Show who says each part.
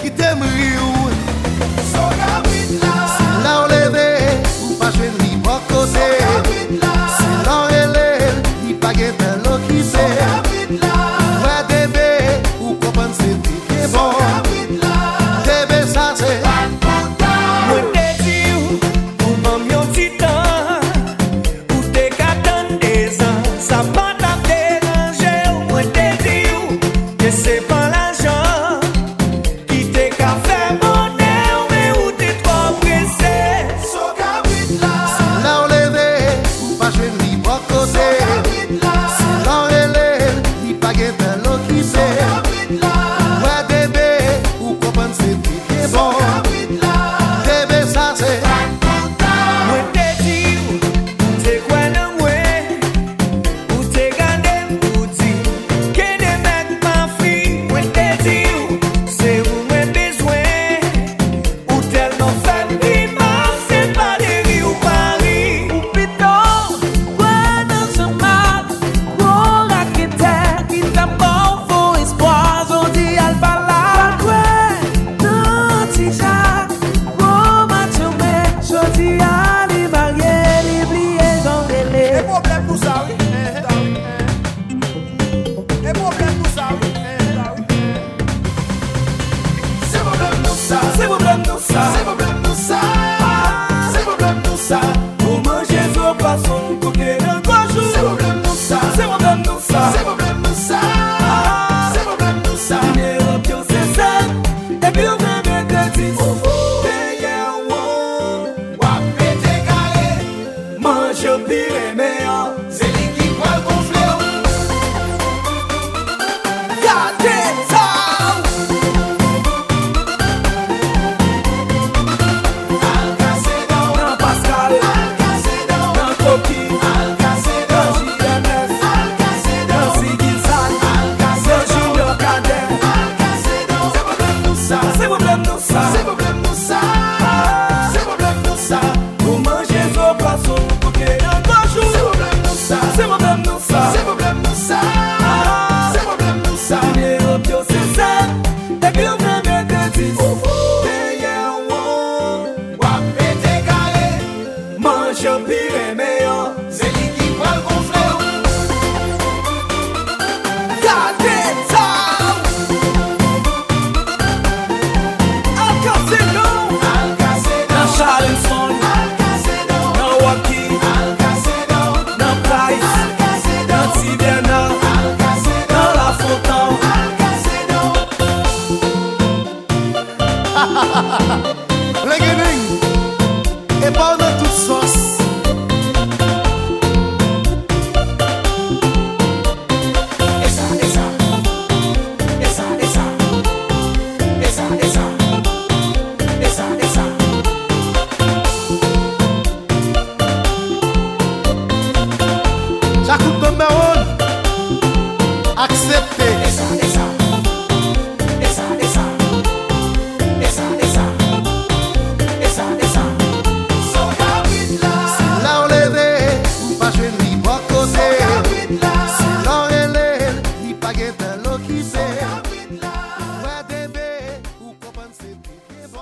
Speaker 1: Qui t'aime où C'est là où levé, ou pas jouer ni pas côté C'est là où elle est, ni pas guette un lot qui sait Ouais bébé, ou comprendre c'est tout qui est bon Bébé ça c'est
Speaker 2: Mwen te di ou, ou mam yon titan Ou te katan desan, sa pa ta deranje ou Mwen te di ou, ke se pa l'ajan Ki te ka fe mone ou, me ou te tro prese
Speaker 1: C'est là où levé, ou pas jouer ni pas côté C'est là où elle est, ni pas guette un lot qui sait Ouais bébé, ou comprendre c'est tout qui est bon Bébé ça c'est
Speaker 2: Mwen te di ou, ou te kwen an mwen Ou te gade ou di, ke de mek ma fi Mwen te di ou, se ou mwen bezwen Ou tel nan fèm vivan, se pa de ri ou pari Ou pito, kwen an se mat Kou rakete, ki ta bon fo espoi Zon di al pala Pa kwen, nan ti jak Kou machome, jodi al i barye Li bliye zon rele
Speaker 3: E problem pou sa wè E problem E pou sa wè Se problem nou sa
Speaker 2: Se problem nou sa
Speaker 3: Se problem nou sa Se problem nou sa
Speaker 2: Pou manje zo pason kouke nan kojou
Speaker 3: Se problem nou sa
Speaker 2: Se problem nou sa
Speaker 3: Se problem nou sa Se problem nou sa
Speaker 2: Mè op yo se san E pi ou mè mè gratis Peye wou
Speaker 3: Wap pete kare
Speaker 2: Manje pi reme an
Speaker 3: Se li ki pral gonfle ou
Speaker 2: Gade sa
Speaker 3: Al kase dan
Speaker 2: Nan paskal
Speaker 3: Al kase dan
Speaker 2: Nan koki
Speaker 3: Al kase
Speaker 2: Nan
Speaker 3: dan
Speaker 2: jiremes
Speaker 3: Al kase
Speaker 2: Nan
Speaker 3: dan
Speaker 2: sigilsan
Speaker 3: Al kase
Speaker 2: Nan
Speaker 3: dan
Speaker 2: jilyo kade
Speaker 3: Al kase dan Se problem nou sa
Speaker 2: Se problem nou sa
Speaker 3: Se problem nou sa Se problem nou sa
Speaker 2: Pou manje zo pason kouke nan
Speaker 3: Se
Speaker 2: kojou
Speaker 3: problem nou sa
Speaker 2: Se problem nou sa
Speaker 3: Se problem nou sa Se problem nou sa
Speaker 2: Mè op yo se san E pi ou mè mè gratis Peye wou
Speaker 3: Wap pete kare
Speaker 2: Manje pi reme an
Speaker 3: Se li ki pral konfle ou
Speaker 2: Gade sa Akase
Speaker 3: Al
Speaker 2: nou
Speaker 3: kase
Speaker 2: Nan
Speaker 3: dan
Speaker 2: Charleston
Speaker 3: Al kase dan
Speaker 2: Nan Waki
Speaker 3: Al kase dan
Speaker 2: Nan Price
Speaker 3: Al kase
Speaker 2: Nan
Speaker 3: dan
Speaker 2: Tibiana
Speaker 3: Al kase
Speaker 2: Nan
Speaker 3: dan
Speaker 2: La Fontan
Speaker 3: Al kase dan
Speaker 1: Legening, e pa ou nan